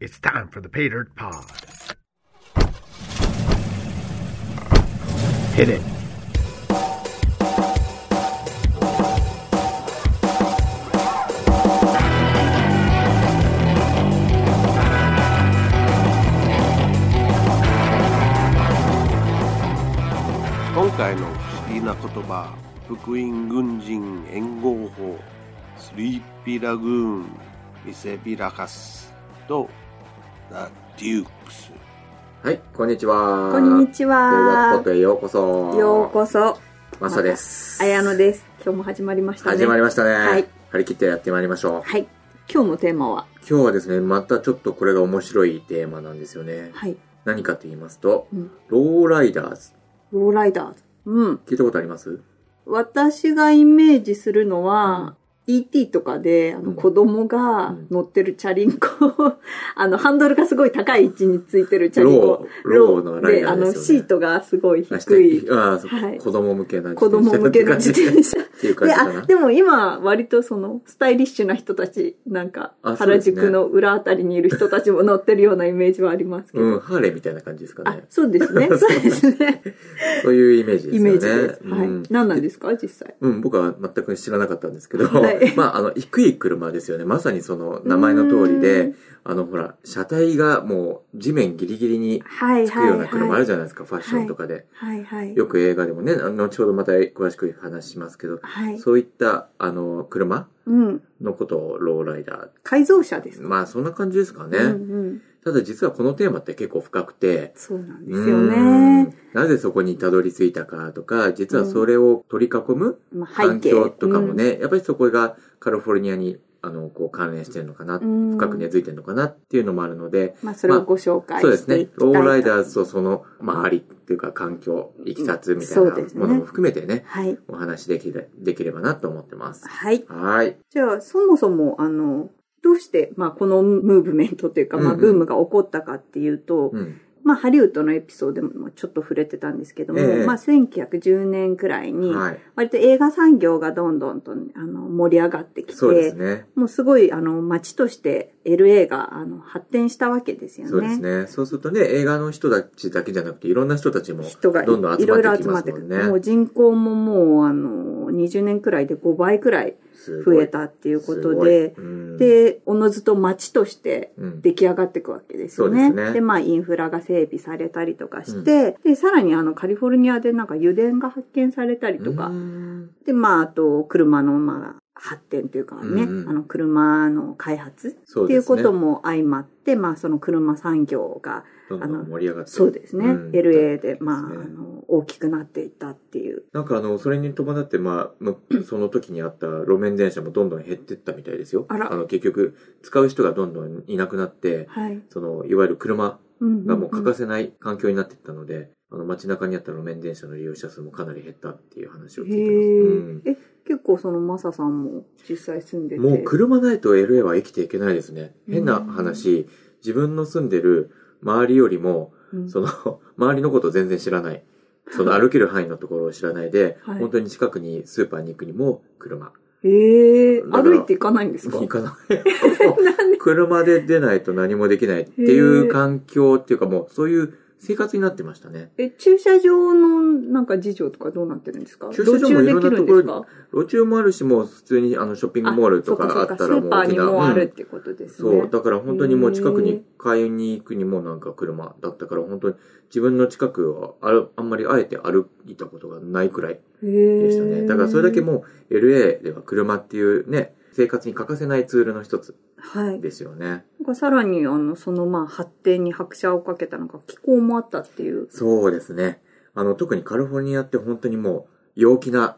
It's time for the Pay Dirt Pod. Hit it. 今回の不思議な言葉福音軍人援護法スリーピラグーンミセピラカスとザ・デュークスはい、こんにちは。こんにち洋楽はポッ。トへようこそ。ようこそ。そ。マサです。あやのです。今日も始まりましたね。始まりましたね。はい張り切ってやってまいりましょう。はい。今日のテーマは、今日はですね、またちょっとこれが面白いテーマなんですよね。はい。何かと言いますと、うんローライダーズ。ローライダーズ。うん。聞いたことあります私がイメージするのは、E.T. とかで、あうの、ん子供がうん乗ってるチャリンコ、 あの、ハンドルがすごい高い位置についてるチャリンコロ。ーローのライで、ダあーでの、すよねシートがすごいあ低い、ああ、そうはい子供向けな子供向けの 自っ転車。ていう感でじかなあ。でも今割とそのスタイリッシュな人たちなんかあそうで原すね宿の裏あたりにいる人たちも乗ってるようなイメージはありますけど、うん、ハーレーみたいな感じですかあね。そうですねそうですねそういうイメージですイよね。メージです、はいうん何なんですか実際うん、僕は全く知らなかったんですけど、は いまあ、あの、低い車ですよね。まさにその名前の通りうでん、あの、ほら、車体がもう地面ギリギリにはいつくよはういなは車あるいじゃないですか、ファッションとかで。はいはいよく映画でもね、あの後ほどまた詳しく話しますけど、はいそういった、あの、車うんのことをローライダ改造車ですー。かまあ、そんな感じですかね。うんうん、ただ実はこのテーマって結構深くて、そうなんでうすよーねん、なぜそこにたどり着いたかとか、実はそれを取り囲む、まあ、背環景境とかも、ね、やっぱりそこがカリフォルニアにあのこう関連してるのかな、うん深く根付いてるのかなっていうのもあるので、うんまあ、それをご紹介そうでしすていねきたい、とローライダーズとその周りっていうか環境、いきさつみたいうんなそうですねものも含めてね、はいお話できれできればなと思ってます。はいはい。じゃあ、そもそも、あの、どうして、まあ、このムーブメントというか、まうんあ、うんブームが起こったかっていうと、うん。まあ、ハリウッドのエピソードでもちょっと触れてたんですけども、ええまあ、1910年くらいに、はい。割と映画産業がどんどんと、あの、盛り上がってきそうでて、すね。もうすごい、あの、街として LA が、あの、発展したわけですよね。そうですね。そうするとね、映画の人たちだけじゃなくて、いろんな人たちも人がいどんどんい集ろいまっろて集きままっすてもくんる。もうね。人口ももう、あの、20年くらいで5倍くらいすごい増えたっていうことで、すごいうんで、おのずと街としてうん出来上がっていくわけですよそね。うですねまあインフラが整備されたりとかして、で、さらにあのカリフォルニアでなんか油田が発見されたりとか、うんで、まああと車のまあ発展というかね、うんうんあの車の開発そっうてでいすねうことも相まって、まあその車産業が、どんどあのん盛り上がってそうですね、うん LA でまあ、そうであすねの大きくなっていったっていう。なんかあのそれに伴って、まあむ、 その時にあった路面電車もどんどん減ってったみたいですよあらの結局使う人がどんどんいなくなってはい。そのいわゆる車うんがもう欠かせせない環境になってったので、あの街中にあった路面電車の利用者数もかなり減ったっていう話を聞いてます、え、結構そのマサさんも実際住んでうて。ん、もう車ないと LA は生きていけないですね変なうん話自分の住んでる周りよりもうんその、 周りのこと全然知らない。そ の歩ける範囲のところを知らないで、はい本当に近くにスーパーに行くにも車。ええだから歩いていかないんですか行かない。 車で出ないと何もできないっていう環境っていうかもうそういう生活になってましたね。え、駐車場のなんか事情とかどうなってるんですか駐車場もいろんなところに路駐できるんですか路中もあるし、もう普通にあのショッピングモールとかあったらもそううかそうかスーパーにもあるうっんてことですね。そう、だから本当にもう近くへにー買いに行くにもなんか車だったから本当に自分の近くをあるあんまりあえて歩いたことがないくらいでしたね。だからそれだけう、もう LA では車っていうね、生活に欠かせないツールの一つはい。ですよね。なんかさらに、あの、そのまあ発展に拍車をかけたのか、気候もあったっていう。そうですね。あの、特にカリフォルニアって本当にもう陽気な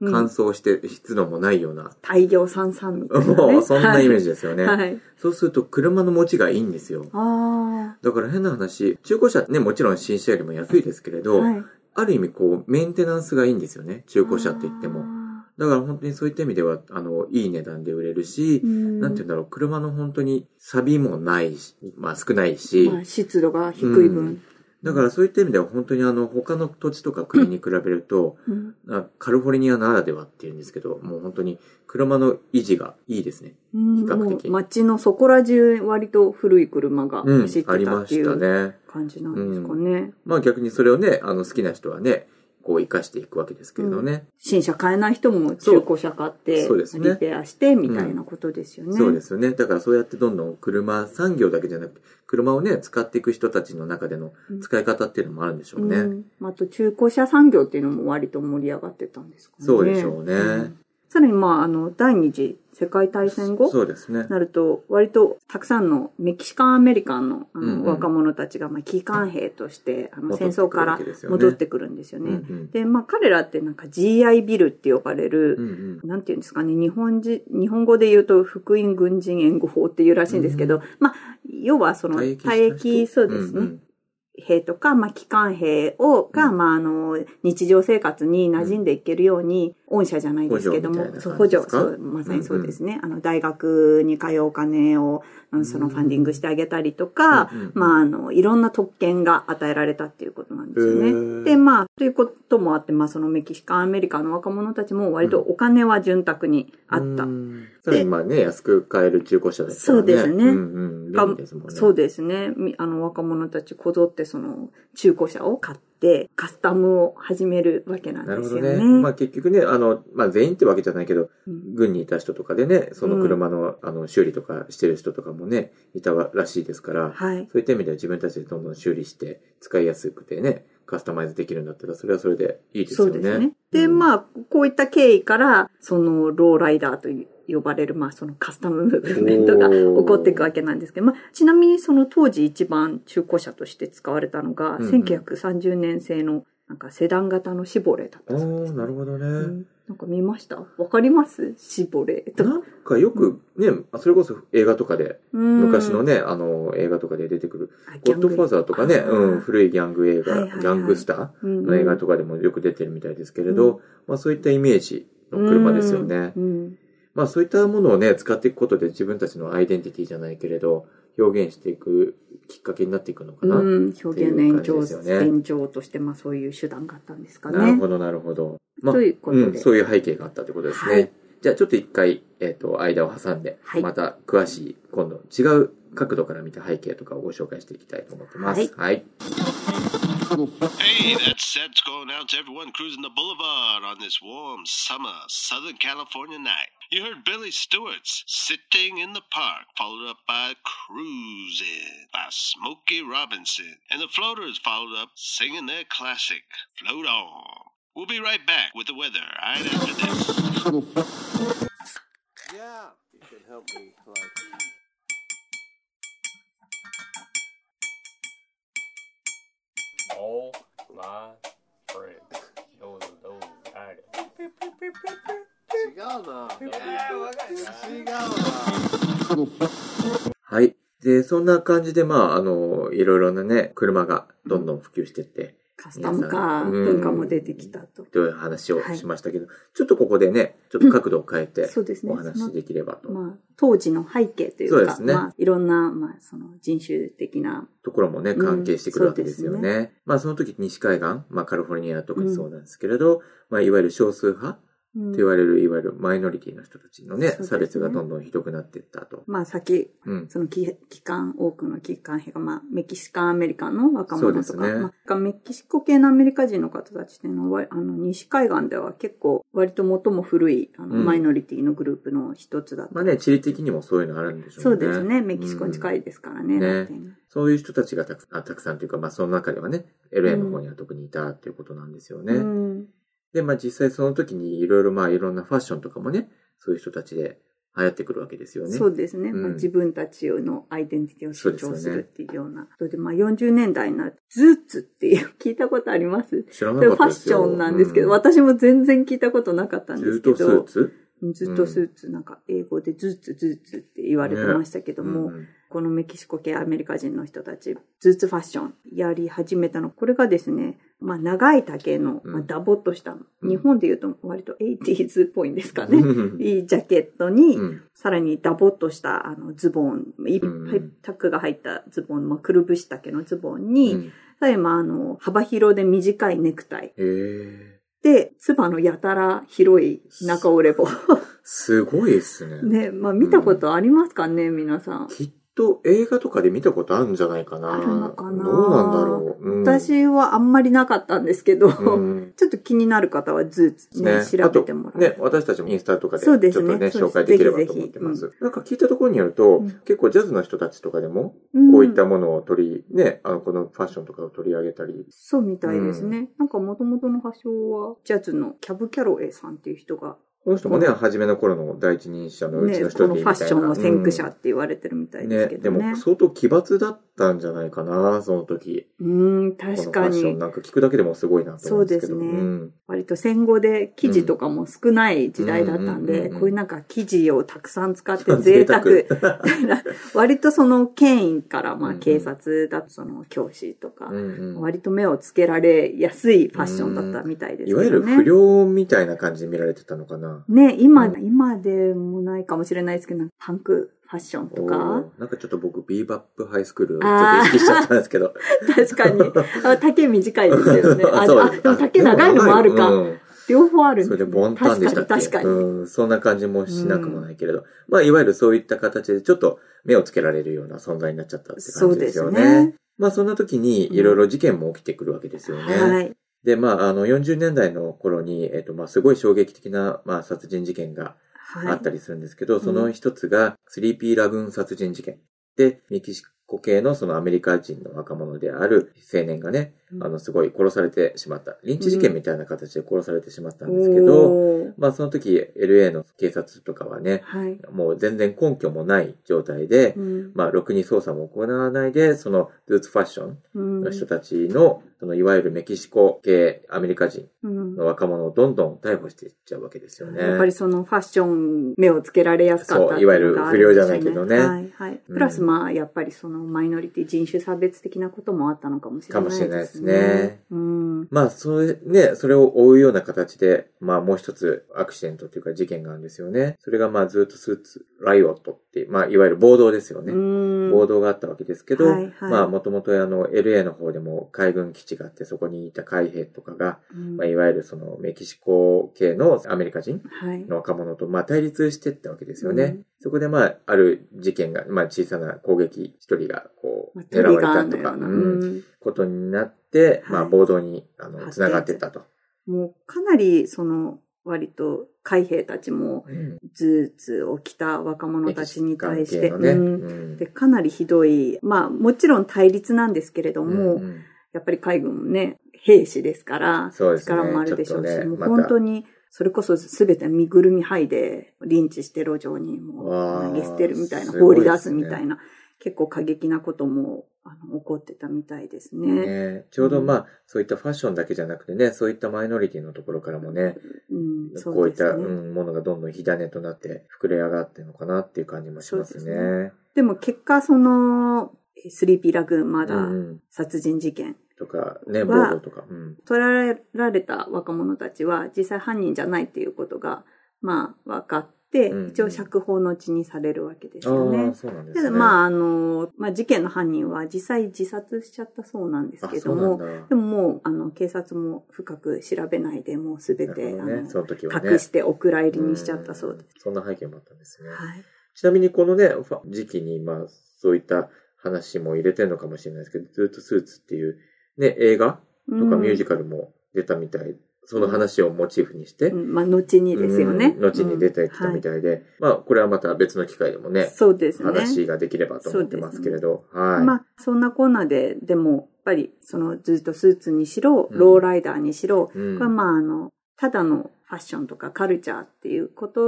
うん乾燥して湿度もないような、大量三々みたいな、ね。もうそんなイメージジですよね。ね。はい。そうすると車の持ちがいいんですよ。あだから変な話、中古車ね、もちろん新車よりも安いですけれあ。ど、はい。ある意味こう、メンテナンスがいいんですよね。中古車って言っても。あだから本当にそういった意味では、あの、いい値段で売れるし、ー。うんなんて言うんだろう、車の本当に錆もないし、まあ少ないし、まあ、湿度が低いうん分。だからそういった意味では本当にあの、他の土地とか国に比べると、うんあカリフォルニアならではっていうんですけど、もう本当に車の維持がいいですね。うん比較も的う街のそこら中割と古い車がうん走っ、あてりたまってしいたうね。感じなんですかね。まあ逆にそれをね、あの好きな人はね、こう活かしていくわけですけれどね。新車買えない人も中古車買ってそうですねリペアしてみたいなことですよね。そうですよね。だからそうやってどんどん車産業だけじゃなくて、車をね、使っていく人たちの中でのうん使い方っていうのもあるんでしょうね。うん、あと中古車産業っていうのも割と盛り上がってたんですかね。そうでしょうねんさらにまあ、あの、第二次世界大戦後そうですね。なると、割とたくさんのメキシカンアメリカンのあのうんうん若者たちが、まあ、機関兵として、あの戻っ戦てくる争からわけですよね戻ってくるんですようんね。うんで、まあ彼らってなんか GI ビルって呼ばれる、うんうんなんていうんですかね、日本人、日本語で言うと、福音軍人援護法っていうらしいんですけど、うんまあ、要はその、退役した人退役、そうですね、んん兵とか、まあ、機関兵を、が、うんまあ、あの、日常生活に馴染んでいけるように、御社じゃないですけど補助みたいなも感、じそう補助ですそかう、まさにそうですね。あの、大学に通うお金を、あのそのファンディングしてあげたりとか、うんうんうんまあ、あの、いろんな特権が与えられたっていうことなんですよへね。ーで、まあ、ということもあって、まあ、そのメキシカンアメリカの若者たちも割とお金は潤沢にあった。うんさらにまあね、安く買える中古車ですからね。そうですねうんうん。便利ですもんね。そうですね。みあの、若者たちこぞってその、中古車を買って、カスタムを始めるわけなんなるでほすどね。よね。まあ結局ね、あの、まあ全員ってわけじゃないけど、うん軍にいた人とかでね、その車の,、あの修理とかしてる人とかもね、いたらしいですから、はい。そういった意味では自分たちでどんどん修理して、使いやすくてね、カスタマイズできるんだったら、それはそれでいいですそようね。ですね。で、うんまあ、こういった経緯から、その、ローライダーと呼ばれる、まあ、そのカスタムムーブメントがおー起こっていくわけなんですけど、まあ、ちなみにその当時一番中古車として使われたのが、うんうん1930年製の、なんかセダン型のシボレーだったおそうですー、なるほどね。うんなんか見ましたわかりますシボレーとかなんかよくね、それこそ映画とかで、昔昔のね、あの、映画とかで出てくる、あゴッドファーザーとかね、うん、ギ古いギャング映画、はいはいはいギャングスタャンーグのル映画とかでもよく出てるみたいですけれど、まあそういったイメージの車ですよね。うんまあそういったものをね、使っていくことで自分たちのアイデンティティじゃないけれど、表現していくきっかけになっていくのかうんな。うん表現の延長、っていう感じですよね延長として、まあそういう手段があったんですかね。なるほど、なるほど。まあ、ということでん、そういう背景があったということですね。はいじゃあちょっと一回、えっ、と、間を挟んで、はいまた詳しい、今度違う角度から見た背景とかをご紹介していきたいと思ってます。はいはい Hey, that set's going out to everyone cruising the boulevard on this warm summer Southern California night. You heard Billy Stewart's Sitting in the Park, followed up by Cruising by Smokey Robinson. And the Floaters followed up singing their classic, Float On. We'll be right back with the weather right after this. Yeah, you can help me. Like, オーマーフレンドどうぞどうぞ誰違うな。違うな。はい。で、そんな感じで、まあ、あの、いろいろなね、車がどんどん普及していって、カスタム化うん文化も出てきたと。という話をしましたけど、ちょっとここでね、ちょっと角度を変えてそうですねお話しできればと。まあ、当時の背景といそううでか、すねまあ、いろんな、まあ、その人種的な、ところもね、関係してくるわけですようんね。そまあその時西海岸、まあカリフォルニア特にそうなんですけれど、まあいわゆる少数派うんと言われる、いわゆるマイノリティの人たちのね、そうですね差別がどんどんひどくなっていったと。まあ、先、うん。その機機関、多くの機関兵が、まあ、メキシカンアメリカンの若者そとうか、ですねまあ、メキシコ系のアメリカ人の方たちっていうのは、あの、西海岸では結構、割と最も古い、あの、うんマイノリティのグループの一つだった。まあね、地理的にもそういうのあるんでしょうね。そうですね。メキシコに近い。いですからね。うんね楽天がそういう人たちがたくさん、あたくさんというか、まあその中ではね、LA の方には特にいたっていうことなんですよね。うんで、まあ実際その時にいろいろまあいろんなファッションとかもね、そういう人たちで流行ってくるわけですよね。そうですね、うんまあ。自分たちのアイデンティティを主そう張ですすよねるっていうような。それで、まあ40年代になると、ズーツっていう、聞いたことあります知らこなかれフったァッですシよ。ョンなんですけど、う私も全然聞いたことなかったんジでュすーけトど。スーツずっとスーツ、なんか英語でズーツズーツって言われてましたけども、うんここのメキシコ系アメリカ人の人たち、ズーツファッションやり始めたの。これがですね、まあ長い丈の、うんまあ、ダボっとしたの。うん日本で言うと割と 80s っぽいんですかね。うんいいジャケットに、うんさらにダボっとしたあのズボン、いっぱいタックが入ったズボン、まあ、くるぶし丈のズボンに、うんさらにまああの幅広で短いネクタイ。へえ。で、つばのやたら広い中折れ棒。すごいですね。ね、まあ見たことありますかね、皆さん。きっと映画とかで見たことあるんじゃないかな。あるのかなどうなんだろう。うん、私はあんまりなかったんですけど、うん ちょっと気になる方はズーツね、ね、調べてもらあう。とね、私たちもインスタとかで、ちそょうっとでね、すねそうです紹介できればと思ってます。ぜなんか聞いたところによると、うん結構ジャズの人たちとかでも、うんこういったものを取り、ね、あの、このファッションとかを取り上げたり、そうみたいですね。なんか元々の発祥は、ジャズのキャブ・キャロウェイさんっていう人が、この人もね、初めの頃の第一人者のうね、ちの一こ人のみフたァいな。ッションの先駆者うっんて言われてるみたいですね、けでどね。も相当奇抜だったんじゃないかな、その時。うん、この確ファかッションに。なんか聞くだけでもすごいなと思うんですけど。そうですねん割と戦後で生地とかも少ない時代だったうんんうんうんで、うんこういうなんか生地をたくさん使って贅沢 贅みたいな、割とその権威から、まうあんうん警察だとその教師とか、 う んうん割と目をつけられやすいファッションだったみたいでいすけわゆどるね。不良みたいな感じで見られてたのかな。ね、今、うん今でもないかもしれないですけど、なんかパンクファッションとおか、ーなんかちょっと僕、ビーバップハイスクール、ちょあっーと意識しちゃったんですけど。確かに、あ丈短いです よね。あ、あそうでも丈長いのもあるか。うん両方あるんそれですでねボンタンでしたっけ確かに確かに。うん。そんな感じもしなくもないけれど。まあ、いわゆるそういった形でちょっと目をつけられるような存在になっちゃったって感じですよね。そうですねまあ、そんな時にいろいろ事件も起きてくるわけですよね。はい。で、まあ、あの、40年代の頃に、えっ、と、まあ、すごい衝撃的な、まあ、殺人事件がはい。あったりするんですけど、んその一つが、スリーピーラグーン殺人事件。で、メキシコ系のそのアメリカ人の若者である青年がね、うんあの、すごい殺されてしまった。リンチ事件みたいな形で殺されてしまったんですけど、おーまあその時、LA の警察とかはね、はい。もう全然根拠もない状態で、うんまあ、ろくに捜査も行わないで、その、ルーツファッションうんの人たちの、その、いわゆるメキシコ系アメリカ人うんの若者をどんどん逮捕していっちゃうわけですよね。やっぱりそのファッション目をつけられやすかったってうのがあそういわゆんでしょうねる不良じゃないけどねはいはい。うんプラスまあやっぱりそのマイノリティ人種差別的なこともあったのかもしれないかもですね。しれないですねうん。まあ、それ、ね、それを追うような形で、まあ、もう一つアクシデントというか事件があるんですよね。それが、まあ、ずっとスーツ、ライオットっていう、まあ、いわゆる暴動ですよね。うん暴動があったわけですけど、はいはいまあ、もともと、あの、LA の方でも海軍基地があって、そこにいた海兵とかが、うんまあ、いわゆるその、メキシコ系のアメリカ人はい。の若者と、まあ、対立してったわけですよね。うんそこで、まあ、ある事件が、まあ、小さな攻撃、一人が、こうまあ、狙われたとトリガか、ーのようなうんうんことになって、まあ、はい暴動に、あ発の、展つながってったと。もうかなりその割と海兵たちもうんズーツを着た若者たちに対して、メキシカン系うのんねうんでかなりひどい、まあもちろん対立なんですけれども、うんうんやっぱり海軍もね、兵士ですから、そうですね力もあるでしょうし、ちょっとねもうまた本当に、それこそ全て身ぐるみ剥いで、リンチして路上にもわあう投げ捨てるみたいな、すご放いでりすね出すみたいな、結構過激なこともあの起こってたみたいですね。ねちょうどまあ、そういったファッションだけじゃなくてね、そういったマイノリティのところからもね、うん、こういった、ねうんものがどんどん火種となって膨れ上がってるのかなっていう感じもしますそうね。ででも結果、その、スリーピーラグーンマうダんーうん殺人事件、とか、ね、暴は動とか。うん捕らえられた若者たちは実際犯人じゃないっていうことが、まあ、分かって、うんうん一応釈放の地にされるわけですああよねー、。そうなんでたすだね。まあ、あ、あの、まあ、事件の犯人は実際自殺しちゃったそうなんですけそどうなんも、だ。でももう、あの、警察も深く調べないで、もうすべなて、るほあどね、の、その時はね。隠してお蔵入りにしちゃったそうです。す。そんな背景もあったんですね。はい。ちなみにこのね、ファ時期に、まあ、そういった話も入れてるのかもしれないですけど、ずっとスーツっていう、ね、映画とかミュージカカルも出たみたい、その話をモチーフにして、まあ、後にですよねう。ん後に出てきたみいたいで、まあ、これはまた別の機会でもね、そうですね。話ができればと思ってますけれど、はい。まあ、そんなコーナーで、でも、やっぱり、その、ずっとスーツにしろ、うんローライダーにしろ、うんこれはまあ、あの、ただのファッションとかカルチャーっていうこと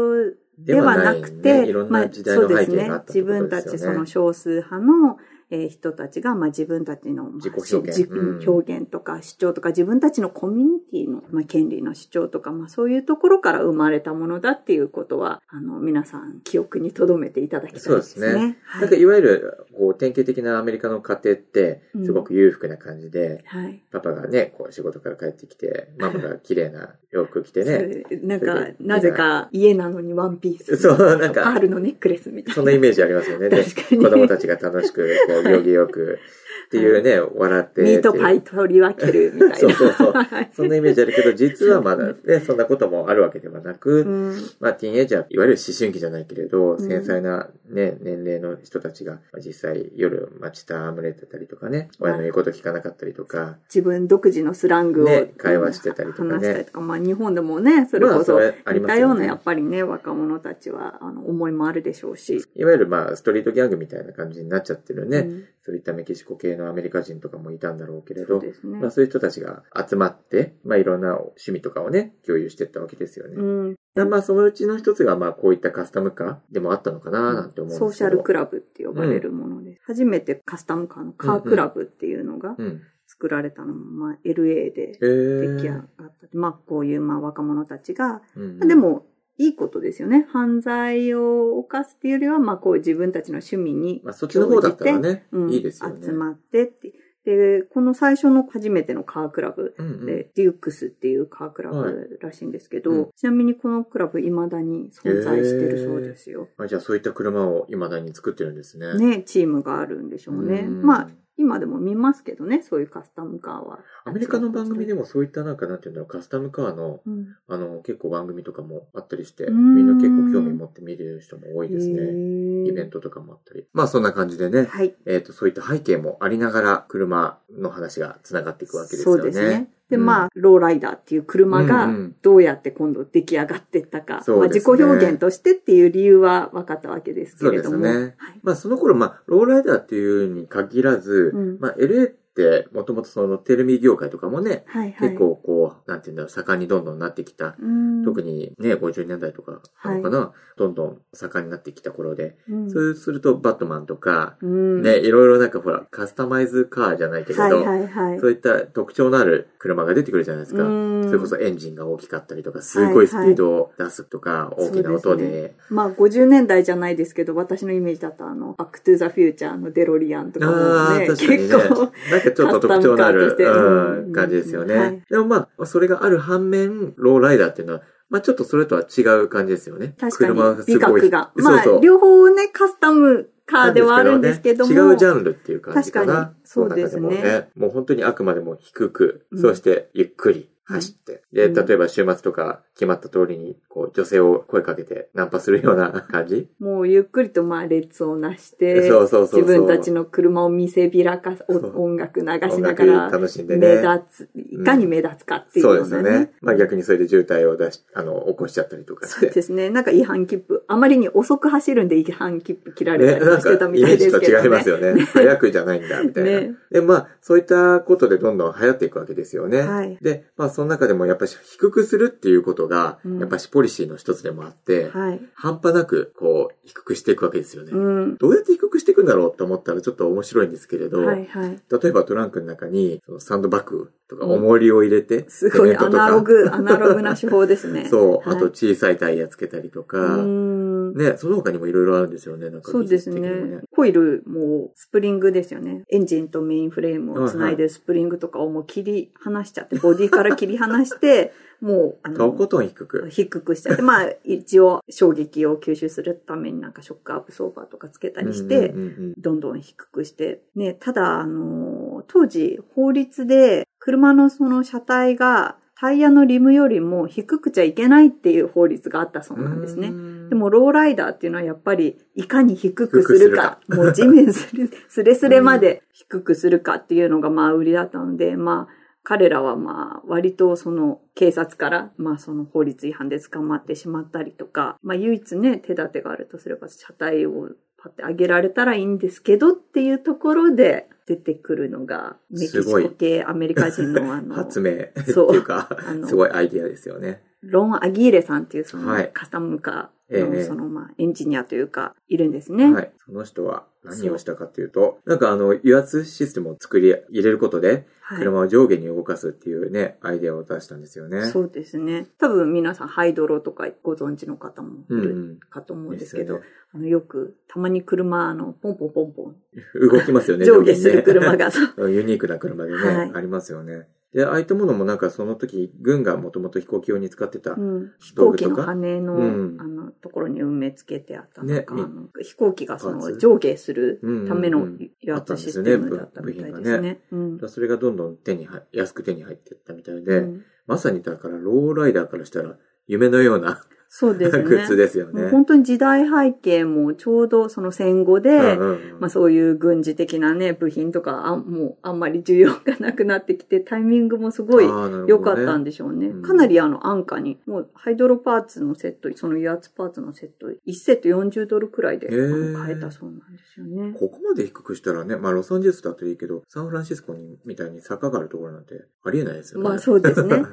ではなくではないて、ねいろんまなあ時代の背景があったってことですよねそうですね。自分たちその少数派のえー人たちが、まあ、自分たちの、まあ自己表現自己うん表現とか主張とか、自分たちのコミュニティの、まあ、権利の主張とか、まあ、そういうところから生まれたものだっていうことは、あの、皆さん記憶に留めていただきたいですね。そうですねはなんかい。いわゆる、こう、典型的なアメリカの家庭って、すごく裕福な感じで、はい。パパがね、こう仕事から帰ってきて、ママが綺麗な洋服着てね、そうなんそれかで、なぜか家なのにワンピース。そうなんかパールのネックレスみたいな。そんなイメージありますよね。で確かに子供たちが楽しく、こう、行儀よく、っていうね、笑って。ミートパイ取り分けるみたいな。そうそうそうはいそんなイメージあるけど、実はまだね、そんなこともあるわけではなく、 うんまあ、ティーンエイジャー、いわゆる思春期じゃないけれど、ん繊細なね、年齢の人たちが、まあ実際夜、まあ、チタあむれてたりとかね、親の言うこと聞かなかったりとか、自分独自のスラングを、ね会話してたりとかね話したりとか、まあ日本でもね、それまこあそそれあり似ますよねたようなやっぱりね、若者たちはあの思いもあるでしょうし。いわゆるまあ、ストリートギャングみたいな感じになっちゃってるね、うんそういったメキシコ系のアメリカ人とかもいたんだろうけれそうど、ですねまあ、。そういう人たちが集まって、まあ、いろんな趣味とかをね、共有してったわけですよね。うん、だまあ、そのうちの一つが、まあ、こういったカスタム化でもあったのかな、なんて思うんですけど。ソーシャルクララブって呼ばれるものです。初めてカスタムカーのカークラブっていうのがブ。うん。作られたのも、まあ LA でえ出来上がー。った。まあこういうまあ若者たちがうんで、も、いいことですよね。犯罪を犯すっていうよりは、まあ、こう自分たちの趣味に、まあ、そっちの方だったらね、うん、いいですよね。集まってって。で、この最初の初めてのカークラブうんうんで、デュークスっていうカークラはいブらしいんですけど、うんちなみにこのクラブ未だに存在してるそうですよ。まあ、じゃあ、そういった車を未だに作ってるんですね。ね、チームがあるんでしょうね。うんまあ、今でも見ますけどね、そういうカスタムカーは。アメリカの番組でもそういったなんか、なんていうんだろう、カスタムカーの、うん、あの、結構番組とかもあったりして、うんみんな結構興味持って見る人も多いですへね。ーイベントとかもあったり。まあ、そんな感じでね、はい。えっ、と、そういった背景もありながら、車の話が繋がっていくわけですそよね。うですね。で、うんまあ、ローライダーっていう車うんがうんどうやって今度出来上がってったか、そまうあ、で自己すね表現としてっていう理由は分かったわけですけれどそも。うですねはい、まあ、その頃、まあ、ローライダーっていうに限らず、うんまあ、LA って、もともとそのテレビ業界とかもね、はいはい。結構こう、なんていうんだろう、盛んにどんどんなってきた。うん、特にね、50年代とかなのかな、どんどん盛んになってきた頃で、うん、そうするとバットマンとか、うんね、いろいろなんかほら、カスタマイズカーじゃないけれど、はいはいはい。そういった特徴のある車が出てくるじゃないですか。うんそれこそエンジンが大きかったりとか、すごいスピードを出すとか、いはい大きな音でそうでまあ、50年代じゃないですけど、私のイメージだとあの、バックトゥーザフューチャーのデロリアンとかあもあ、ね、確かにね。結構。なんかちょっと特徴のあるカスタムカーとしてうんうん感じですよね、はいでもまあ、それがある反面、ローライダーっていうのは、まあちょっとそれとは違う感じですよね。確か車がに美すごい学が。まあ、そうそう両方ね、カスタムカーではあるんですけども。違うジャンルっていう感じかな。確かにそうですねこの中でもね。もう本当にあくまでも低く、うんそしてゆっくり走って。うんで、例えば週末とか決まった通りに、こう、女性を声かけてナンパするような感じ。もうゆっくりとまあ列をなして、そうそうそうそう自分たちの車を見せびらかす、おそう音楽流し音な楽がら、楽しんで目ね。立つ、いかに目立つかっていうそうよでうすなよね。ね。まあ逆にそれで渋滞を出し、あの、起こしちゃったりとかしそうて。ですね。なんか違反切符。あまりに遅く走るんで違反切符切られね、たりもなんしかてたイみたメーいでジすとけどね。違いますよね。早くじゃないんだ、みたいな。ねで、まあ、そういったことでどんどん流行っていくわけですよね。はいで、まあ、その中でもやっぱり低くするっていうことが、うんやっぱしポリシーの一つでもあって、はい。半端なく、こう、低くしていくわけですよね。うん。どうやって低くしていくんだろうと思ったらちょっと面白いんですけれど、はいはい。例えばトランクの中に、そのサンドバッグとか重りを入れて、すごいセメアントとか。ナログ、アナログな手法ですね そう、はいあと小さいタイヤつけたりとか、うん。ね、その他にもいろいろあるんですよね、なんかそう技です術的にねもね。。コイルもスプリングですよね。エンジンとメインフレームをつないでスプリングとかをもう切り離しちゃって、ボディから切り離して、もう、あ顔この、とん低く。低くしちゃって、まあ、一応衝撃を吸収するためになんかショックアブソーバーとかつけたりして、うんうんうんうんどんどん低くして。ね、ただ、あの、当時、法律で、車のその車体が、タイヤのリムよりも低くちゃいけないっていう法律があったそうなんですね。でも、ローライダーっていうのはやっぱり、いかに低くするか、もう地面すれ、すれすれまで低くするかっていうのがまあ売りだったので、まあ、彼らはまあ、割とその警察から、まあその法律違反で捕まってしまったりとか、まあ唯一ね、手立てがあるとすれば、車体をパッて上げられたらいいんですけどっていうところで出てくるのが、メキすシごいコ系アメリカ人のあ の、発明ってそういうかあ、のすごいアイディアですよね。ロン・アギーレさんっていうそのはいカスタムカええの、その、まあ、エンジニアというか、いるんですね。はい。その人は何をしたかっていうと、なんかあの、油圧システムを作り、入れることで、はい車を上下に動かすっていうね、アイデアを出したんですよね。そうですね。多分皆さん、ハイドロとかご存知の方もいうんうるん。かと思うんですけいど、いですあのよく、たまに車、あの、ポンポンポンポン、よね動きますよね、上下するが車が、そう ユニークな車でね、はいありますよね。で、ああいったものもなんかその時、軍がもともと飛行機用に使ってた。うん飛道行具機とのか羽の,、うんあのところに埋め付けてあったねのか、みあの飛行機がそパーのツ上下するうんうんうんためのあ油ったん圧でシすよスねテムだったみたいですね。うんそれがどんどん手に入、安く手に入っていったみたいで、うんまさにだからローライダーからしたら夢のようなそうですね。 グッズですよね。もう本当に時代背景もちょうどその戦後で、うんうんうんまあ、そういう軍事的なね、部品とかあ、もうあんまり需要がなくなってきて、タイミングもすごいあーなるほどね良かったんでしょうね。うんかなりあの安価に、もうハイドロパーツのセット、その油圧パーツのセット、1セット40ドルくらいであへーの買えたそうなんですよね。ここまで低くしたらね、まあロサンゼルスだといいけど、サンフランシスコにみたいに坂があるところなんてありえないですよね。まあそうですね。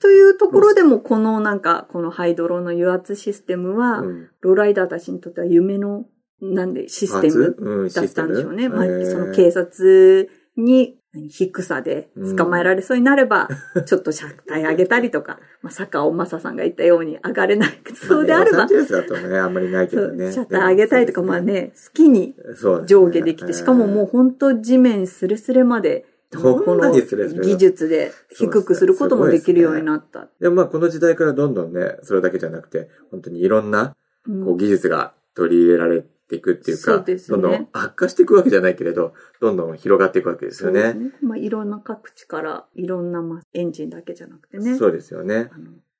というところでも、このなんか、このハイドロの油圧システム は、うんローライダーたちにとっては夢の、なんで、システパームツうん、だったんでしょうね。まあ、その経警察に、何低さで捕まえられそうになれば、 ちょっと車体上げたりとか、まあ、坂尾正さんが言ったように上がれないそうであロれサば、ンゼルスだとね、あんまりないけそどうね。車体上げたりとか、まあね、好きにそうですね上下できて、しかももう本当地面スレスレまで、どんなにスレスレだ技術で低くすることもできるようになった。でもまあこの時代からどんどんね、それだけじゃなくて、本当にいろんなうんこう技術が取り入れられていくっていうか、そうですどねんどん悪化していくわけじゃないけれど、どんどん広がっていくわけですよそうですね。ね。まあ、いろんな各地から、いろんな、まあ、エンジンだけじゃなくてね、そうですよね。あ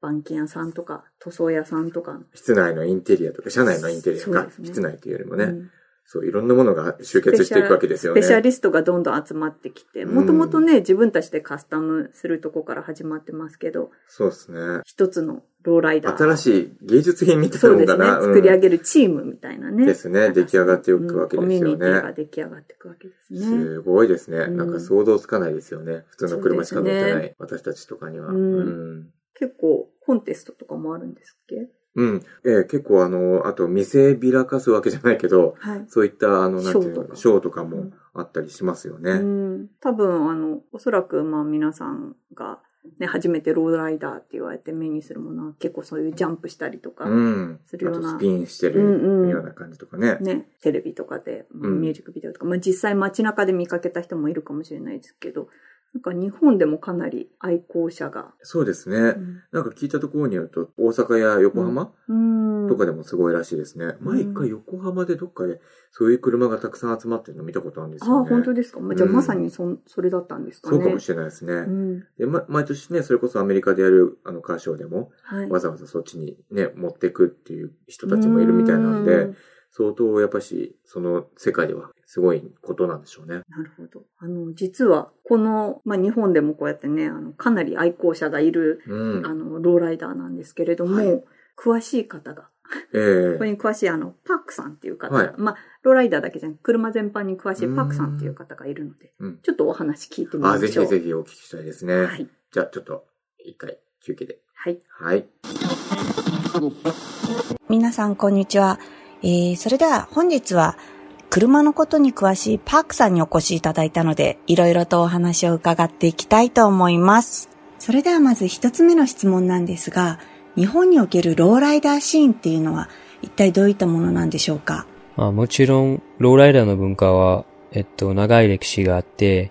の、板金屋さんとか、塗装屋さんとか、室内のインテリアとか、車内のインテリアそうかで、すね室内というよりもね、うんそういろんなものが集結していくわけですよね。スペシャリストがどんどん集まってきて、うんもともとね、自分たちでカスタムするとこから始まってますけど、そうですね。一つのローライダー。新しい芸術品みたいそなうもでんすかね。な。作り上うんげるチームみたいなね。ですねなんか出来上がっていくわけですよねうんコミュニティが出来上がっていくわけですね。すごいですね、んなんか想像つかないですよね。普通の車しか乗ってそうない、です私たちとかには。うんうん結構、コンテストとかもあるんですっけうん。えー結構あの、あと見せびらかすわけじゃないけど、はい。そういったあの、なんていショーうとの、かショーとかもあったりしますよね。うん、多分あのおそらくまあ皆さんが、ね、初めてローライダーって言われて目にするものは結構そういうジャンプしたりとか、うん。するよあうとなスピンしてうんうるんような感じとかね。ね、テレビとかで、まあうんミュージックビデオとか、まあ、実際街中で見かけた人もいるかもしれないですけどなんか日本でもかなり愛好者が。そうですね、うんなんか聞いたところによると、大阪や横浜、うんとかでもすごいらしいですね。前一回横浜でどっかでそういう車がたくさん集まってるの見たことあるんですあよね。あ本当ですか、まあ、じゃあうんまさにそ,、ん、それだったんですかそね。うかもしれないですね。うんで、ま、毎年ね、それこそアメリカでやるあのカーショーでも、はい、わざわざそっちにね、持ってくっていう人たちもいるみたいなんで、うん相当やっぱし、その世界ではすごいことなんでしょうね。なるほど。あの、実は、この、まあ、日本でもこうやってね、あの、かなり愛好者がいる、うんあ。の、ローライダーなんですけれども、はい詳しい方が、ええこれに詳しいあの、パークさんっていう方が、はいまあ、ローライダーだけじゃなく、車全般に詳しいパークさんっていう方がいるので、うんちょっとお話聞いてみあ、まぜしょう。ひぜひお聞きしたいですね。はい。じゃあちょっと、一回休憩で。はい。はい。皆さん、こんにちは。えー、それでは本日は、車のことに詳しいパークさんにお越しいただいたので、いろいろとお話を伺っていきたいと思います。それではまず一つ目の質問なんですが、日本におけるローライダーシーンっていうのは、一体どういったものなんでしょうかまあ、もちろん、ローライダーの文化は、えっと、長い歴史があって、え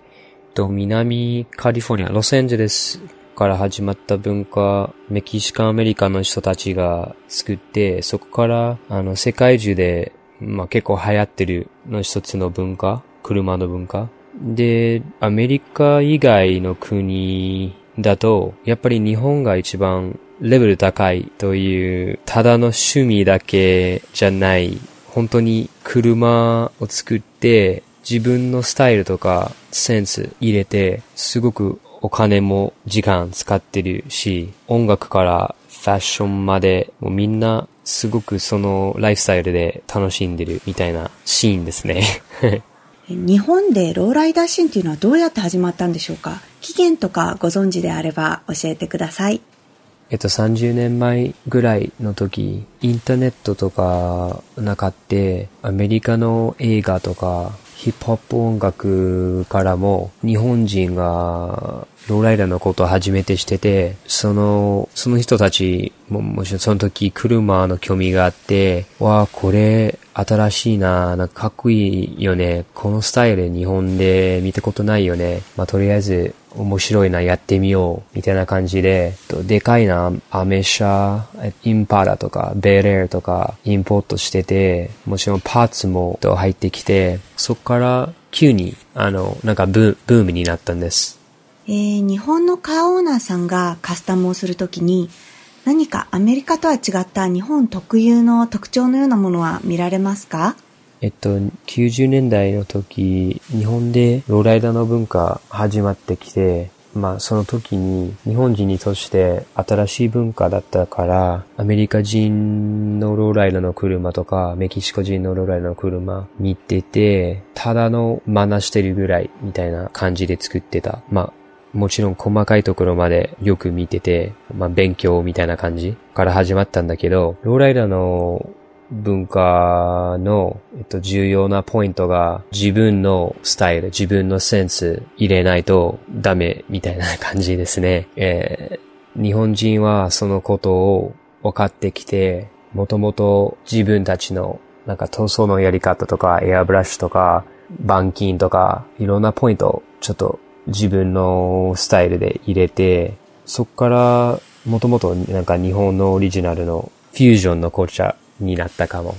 っと、南カリフォルニア、ロサンゼルスから始まった文化、メキシカンアメリカの人たちが作って、そこから、あの、世界中で、まあ、結構流行ってるの一つの文化、車の文化。で、アメリカ以外の国だと、やっぱり日本が一番レベル高いという、ただの趣味だけじゃない、本当に車を作って、自分のスタイルとかセンス入れて、すごくお金も時間使ってるし、音楽からファッションまで、もうみんなすごくそのライフスタイルで楽しんでるみたいなシーンですね。 え日本でローライダーシーンっていうのはどうやって始まったんでしょうか期限とかご存知であれば教えてください。えっと、30年前ぐらいの時、インターネットとかなかって、アメリカの映画とか、ヒップホップ音楽からも、日本人が、ローライダーのことを初めてしてて、その、その人たちも、もちろんその時、車の興味があって、わあ、これ、新しいな、なんかかっこいいよね。このスタイル日本で見たことないよね。まあ、とりあえず、面白いな、やってみよう、みたいな感じで、とでかいな、アメ車、えインパラとか、ベレーとか、インポートしてて、もちろんパーツもと入ってきて、そこから急に、あの、なんかブーブームになったんです。えー日本のカーオーナーさんがカスタムをするときに、何かアメリカとは違った日本特有の特徴のようなものは見られますかえっと、90年代の時、日本でローライダーの文化始まってきて、まあその時に日本人にとして新しい文化だったから、アメリカ人のローライダーの車とか、メキシコ人のローライダーの車見てて、ただの真似してるぐらいみたいな感じで作ってた。まあもちろん細かいところまでよく見てて、まあ勉強みたいな感じから始まったんだけど、ローライダーの文化の、えっと、重要なポイントが自分のスタイル、自分のセンス入れないとダメみたいな感じですね。えー日本人はそのことを分かってきて、もともと自分たちのなんか塗装のやり方とかエアブラシとか板金とかいろんなポイントをちょっと自分のスタイルで入れて、そこからもともとなんか日本のオリジナルのフュージョンの紅茶になったかも。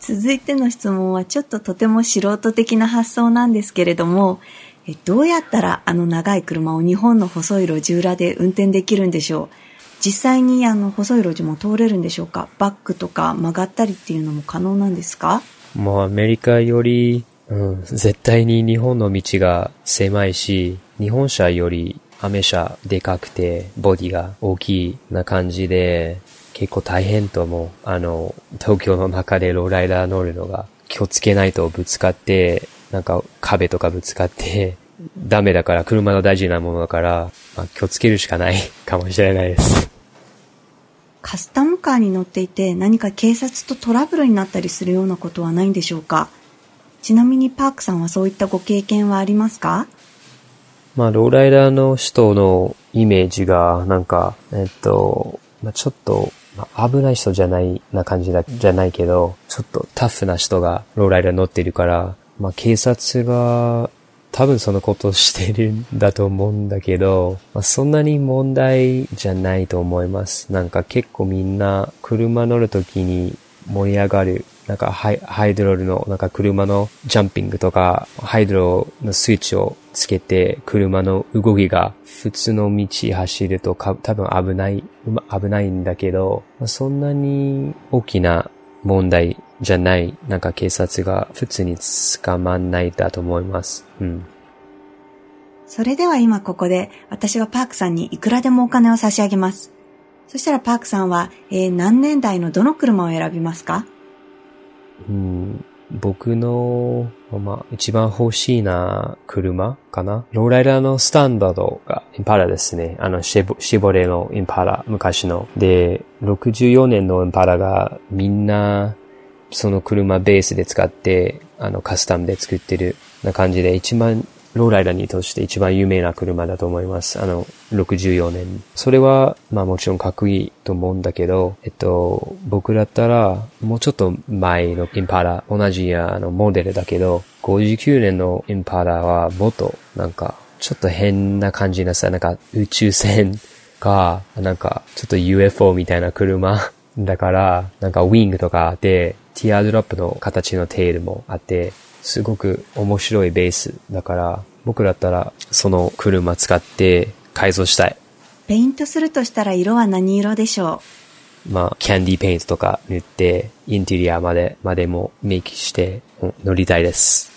続いての質問はちょっととても素人的な発想なんですけれども、えどうやったらあの長い車を日本の細い路地裏で運転できるんでしょう実際にあの細い路地も通れるんでしょうかバックとか曲がったりっていうのも可能なんですかもうアメリカより、うん、絶対に日本の道が狭いし、日本車よりアメ車でかくて、ボディが大きいな感じで、結構大変と思う。あの、東京の中でローライダー乗るのが気をつけないとぶつかって、なんか壁とかぶつかって、ダメだから車の大事なものだから、まあ、気をつけるしかないかもしれないです。カスタムカーに乗っていて何か警察とトラブルになったりするようなことはないんでしょうかちなみにパークさんはそういったご経験はありますかまあ、ローライダーの人のイメージが、なんか、えっと、まあ、ちょっと、まあ、危ない人じゃないな感じだ、じゃないけど、ちょっとタフな人がローライダー乗ってるから、まあ、警察が、多分そのことをしてるんだと思うんだけど、まあ、そんなに問題じゃないと思います。なんか結構みんな車乗るときに盛り上がるなんかハイハイドロールの、なんか車のジャンピングとか、ハイドロールのスイッチをつけて、車の動きが普通の道走るとか多分危ない、ま危ないんだけど、まあそんなに大きな問題じゃない、なんか警察が普通に捕まんないだと思います。うん。それでは今ここで私がパークさんにいくらでもお金を差し上げます。そしたらパークさんは、えー何年代のどの車を選びますかうん僕の、まあ、一番欲しいな車かなローライダーのスタンダードがインパラですね。あの、シェボシェボレのインパラ、昔の。で、64年のインパラがみんな、その車ベースで使って、あの、カスタムで作ってるな感じで、一番、ローライダーにとして一番有名な車だと思います。あの、64年。それは、まあもちろんかっこいいと思うんだけど、えっと、僕だったら、もうちょっと前のインパラ、同じあのモデルだけど、59年のインパラはもっと、なんか、ちょっと変な感じなさ、なんか宇宙船か、なんか、ちょっと UFO みたいな車 だから、なんかウィングとかあって、ティアドロップの形のテールもあって、すごく面白いベースだから、僕だったらその車使って改造したい。ペイントするとしたら色は何色でしょまあ、キャンディーペイントとか塗って、インテリアまで、までもメイクして、うん乗りたいです。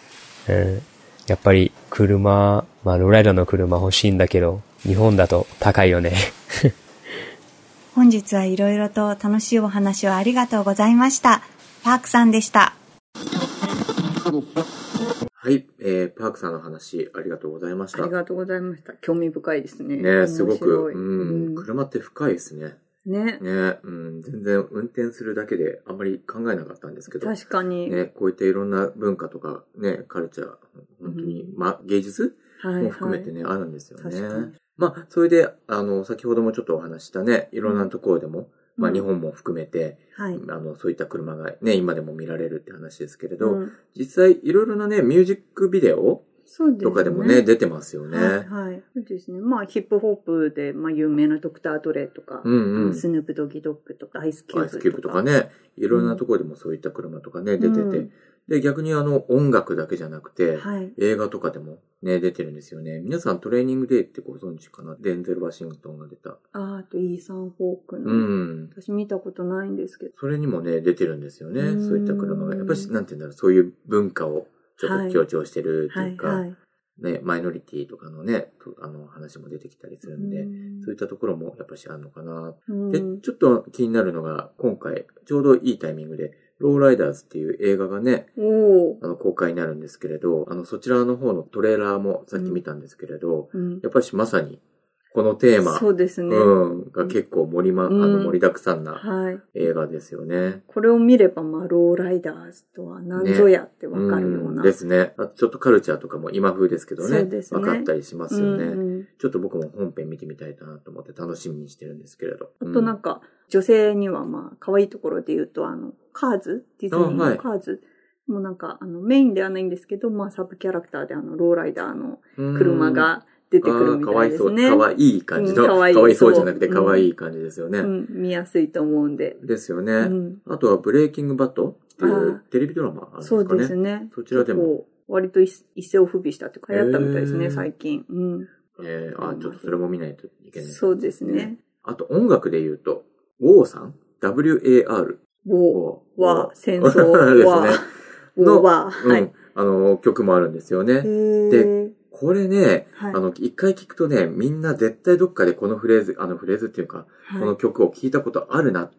うんやっぱり車、まあ、ローライダーの車欲しいんだけど、日本だと高いよね。う本日はいろいろと楽しいお話をありがとうございました。パークさんでした。はい、えー、パークさんの話、ありがとうございましあた。りがとうございました。興味深いですね。ねえすご面白く、いうん、うん車って深いですね。ね。ねえうん、全然運転するだけであんまり考えなかったんですけど、確かに。ね、こういったいろんな文化とか、ね、カルチャー、本当に、うんま、芸術はい、はい。も含めてね、あるんですよ確かにね。まあ、それで、あの、先ほどもちょっとお話ししたね、いろんなところでも、まあ、うん日本も含めて、はい。あの、そういった車がね、今でも見られるって話ですけれど、うん実際、いろいろなね、ミュージックビデオそうですね。とかでもね、出てますよね。はい、はい。そうですね。まあ、ヒップホップで、まあ、有名なドクター・ドレとか、うんうん。スヌープ・ドギ・ドッグとか、アイスキュアーブイとか。スキューブとかね、いろんなところでもそういった車とかね、出てて、うんで、逆にあの、音楽だけじゃなくて、はい。映画とかでもね、出てるんですよね。皆さんトレーニングデーってご存知かなデンゼル・ワシントンが出た。ああと、イーサン・ホークの、うん。私見たことないんですけど。それにもね、出てるんですよね。うんそういった車が。やっぱり、なんて言うんだろう、そういう文化をちょっはとい強調してるとはいい、うか、はい。ね、マイノリティとかのね、とあの話も出てきたりするんで、そういったところもやっぱしあるのかなうんで、ちょっと気になるのが、今回、ちょうどいいタイミングで、ローライダーズっていう映画がね、おーあの、公開になるんですけれど、あの、そちらの方のトレーラーもさっき見たんですけれど、うんやっぱしまさに、このテーマ、そうですね。うん、が結構盛りま、あの、うん盛りだくさんなはい。映画ですよね。これを見れば、まあ、ローライダーズとは何ぞやってわかるよううんな。ですね。あとちょっとカルチャーとかも今風ですけどそね。うですね分かったりしますよね、うんうんちょっと僕も本編見てみたいなと思って楽しみにしてるんですけれど。あとなんか、女性にはまあ、可愛いところで言うと、あの、カーズディズニーあはのいカーズもうなんか、あの、メインではないんですけど、まあ、サブキャラクターであの、ローライダーのうん車が出てくるみあーかわたいいでそすう。ね。かわいい感じの。うかんかわわいいそうじそゃうなくてかわいい感じですよね。うん、見やすいと思うんで。ですよね、うん。あとはブレイキングバットっていあうーテレビドラマあるんですそかね。うですね。そちらでも結構。割と一一世を不備したっていうか、流行ったみたいですへーね、最近。うん。えー、あ、ちょっとそれも見ないといけない。そうですね。あと音楽で言うと、ウォーさん ?W-A-R。ウォーは戦争 ではすね。ウォーは、うん、はい。あの、曲もあるんですよね。で、これね、はいあの、一回聞くとね、みんな絶対どっかでこのフレーズ、あのフレーズっていうか、はいこの曲を聴いたことあるなっ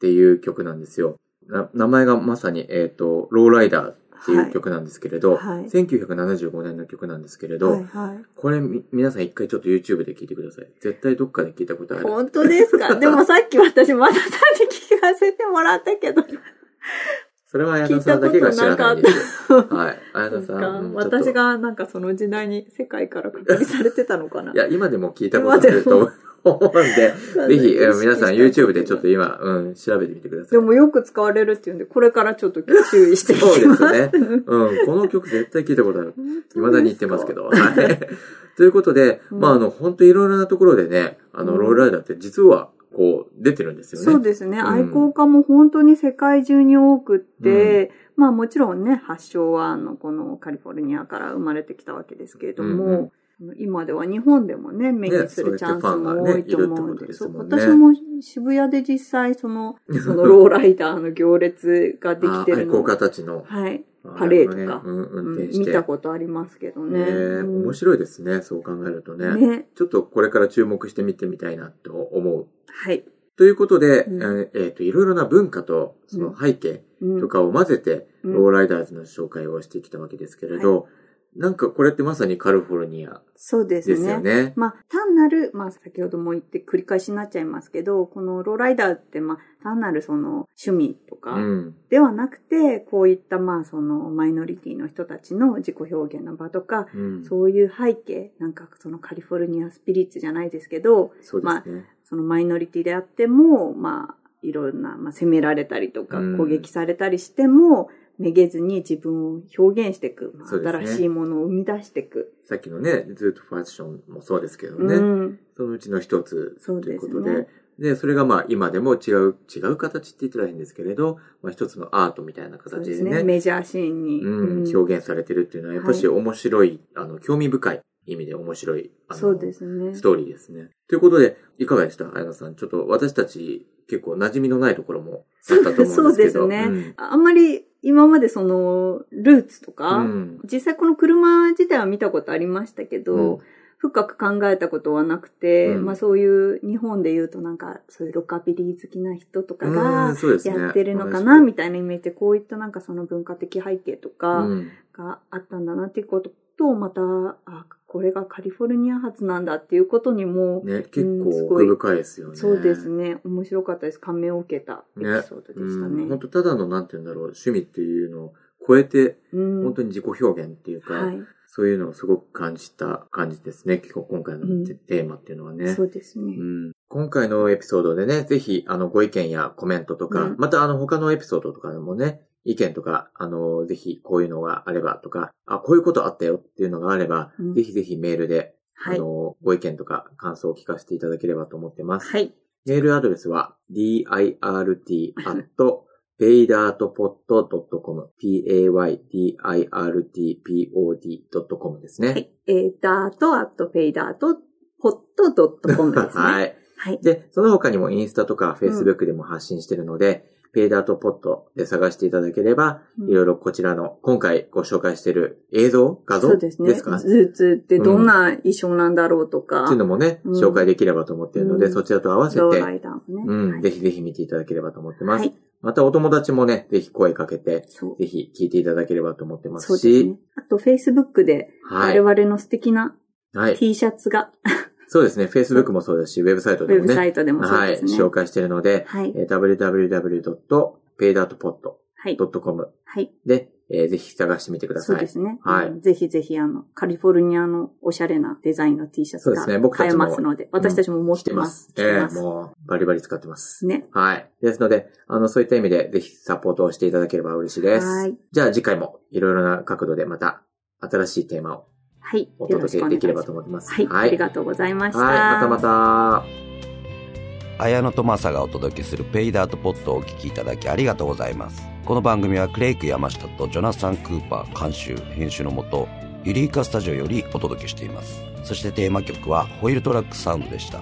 ていう曲なんですよ。な名前がまさに、えっ、と、ローライダーっていう曲なんですけれど、はいはい1975年の曲なんですけれど、はいはいこれみ皆さん一回ちょっと YouTube で聴いてください。絶対どっかで聴いたことある。本当で すかでもさっき私まださんに聞かせてもらったけど。それは綾野さんだけが知らないんですよ。はい。綾野さん。うんちょっと私がなんかその時代に世界から確認されてたのかな。いや、今でも聞いたことあると思うん で、ぜひ、えー皆さん YouTube でちょっと今、うん、調べてみてください。でもよく使われるっていうんで、これからちょっと注意してそうきでます。 すね。うん、この曲絶対聞いたことある。未だに言ってますけど。ど。はい。 ということで、うんまあ、あの、本当いろいろなところでね、あの、うんロールライダーって実は、こう、出てるんですよね。そうですね。ん愛好家も本当に世界中に多くって、まあもちろんね、発祥はあの、このカリフォルニアから生まれてきたわけですけれども、うんうんあの今では日本でもね、目にするチャンスも多いと思うんで、ねそそううやってファンがねいるってことです私もも渋谷で実際 その、そのローライダーの行列ができてある愛好の家たちの、はい、パレードねかうん、運うん転して。見たことありますけどね。ねえうん面白いですね。そう考えるとね。ね。ちょっとこれから注目して見てみたいなと思う。はい。ということで、うんえーえーと、いろいろな文化と、その背景、うんとかを混ぜて、うんローライダーズの紹介をしてきたわけですけれど、なんかこれってまさにカリフォルニアそうでですすよね。ね。まあ、単なる、まあ、先ほども言って繰り返しになっちゃいますけど、このローライダーって、まあ、単なるその趣味とかうん。ではなくて、こういった、まあ、そのマイノリティの人たちの自己表現の場とか、うん、そうそういう背景、なんかそのカリフォルニアスピリッツじゃないですけど、ですね。そのマイノリティであっても、まあ、いろんな、まあ、責められたりとかうん、攻撃されたりしても、めげずに自分を表現していく、まあそうですね新しいものを生み出していく。さっきのね、ずっとファッションもそうですけどね、うんそのうちの一つとそういでうすこねとで、で、それがまあ今でも違う、違う形って言ったら変ですけれど、まあ一つのアートみたいなそう形でですね、ね。メジャーシーンに。うん、表現されてるっていうのはやっぱしは面白い、あの、興味深い意味で面白い、あのそうですね。ストーリーですね。ということで、いかがでした綾野さん。ちょっと私たち結構馴染みのないところもあったと思うんですけど。 そうですねんあんまり今までそのルーツとか、うん実際この車自体は見たことありましたけど、うん深く考えたことはなくて、うんまあそういう日本で言うとなんかそういうロカビリー好きな人とかうがんそうですねやってるのか同な、じくみたいなイメージでこういったなんかその文化的背景とかうんがあったんだなっていうことと、また、あ、これがカリフォルニア発なんだっていうことにも、ね、結うんす構ごい奥深いですよね。そうですね、面白かったです。感銘を受けたエピソードでしたね。うん本当ただの、なんて言うんだろう、趣味っていうのを超えて、うん本当に自己表現っていうか、はい。そういうのをすごく感じた感じですね。結構今回うんのテテーマっていうのはね。そうですね。うん今回のエピソードでね、ぜひ、あの、ご意見やコメントとか、うんまた、あの、他のエピソードとかでもね、意見とか、あの、ぜひ、こういうのがあればとか、あ、こういうことあったよっていうのがあれば、うんぜひぜひメールで、はあい。の、ご意見とか感想を聞かせていただければと思ってます。はい。メールアドレスは dirt.paydirtpod.com paydirtpod.com ですはね。い。えー、ダート、アット、ペイダート、ホットドットコムですね。 はい。はい。で、その他にもインスタとかフェイスブックでも発信してるので、ペイダートポットで探していただければ、うんいろいろこちらの、今回ご紹介してる映像画そ像うでですね。すかズーツってどんな衣装なんだろうとか、っていうのもね、うん紹介できればと思ってるので、うんそちらと合わせて、ローライダーもね。うん、はぜいひぜひ見ていただければと思ってます。はい。またお友達もね、ぜひ声かけて、そう。ぜひ聞いていただければと思ってまそすうですし、ね。あと、Facebook で、は我い。々の素敵なはい。 T シャツが、そうですね、Facebook もそうですし、ウェブサイトウでェもブね、サイトでもそうはでい、すね。紹介してるので、はい。えー www.paydartpod.com はい。はい。で、えーぜひ探してみてくだそうさでい。すね。はいうんぜひぜひ、あの、カリフォルニアのおしゃれなデザインの T シャツそうでがすね僕た買えちもますので、私たちも持っ来ててまますす。。着てえまーすもうバリバリ使ってます。ね。はい。ですので、あの、そういった意味で、ぜひサポートをしていただければ嬉しいです。はいじゃあ次回もいろいろな角度でまた新しいテーマをはい。およろし届けでくお願いしきれまばすと。思ってます。はい。ありがととうございました。はい、またまた。綾野とマサがお届けするペイダートポットをお聞きいただきありがとうございます。この番組はクレイク山下とジョナサン・クーパー監修、編集のもと、ユリーカスタジオよりお届けしています。そしてテーマ曲はホイールトラックサウンドでした。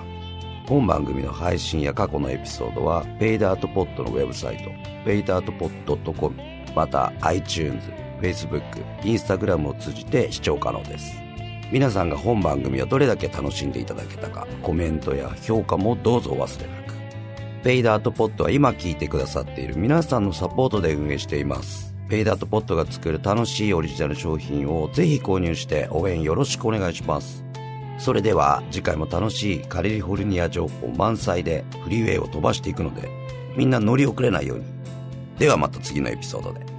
本番組の配信や過去のエピソードは、ペイダートポットのウェブサイト、ペイダートポット .com、また iTunes、Facebook、Instagram を通じて視聴可能です。皆さんが本番組をどれだけ楽しんでいただけたかコメントや評価もどうぞお忘れなくペイダートポットは今聞いてくださっている皆さんのサポートで運営していますペイダートポットが作る楽しいオリジナル商品をぜひ購入して応援よろしくお願いしますそれでは次回も楽しいカリフォルニア情報満載でフリーウェイを飛ばしていくのでみんな乗り遅れないようにではまた次のエピソードで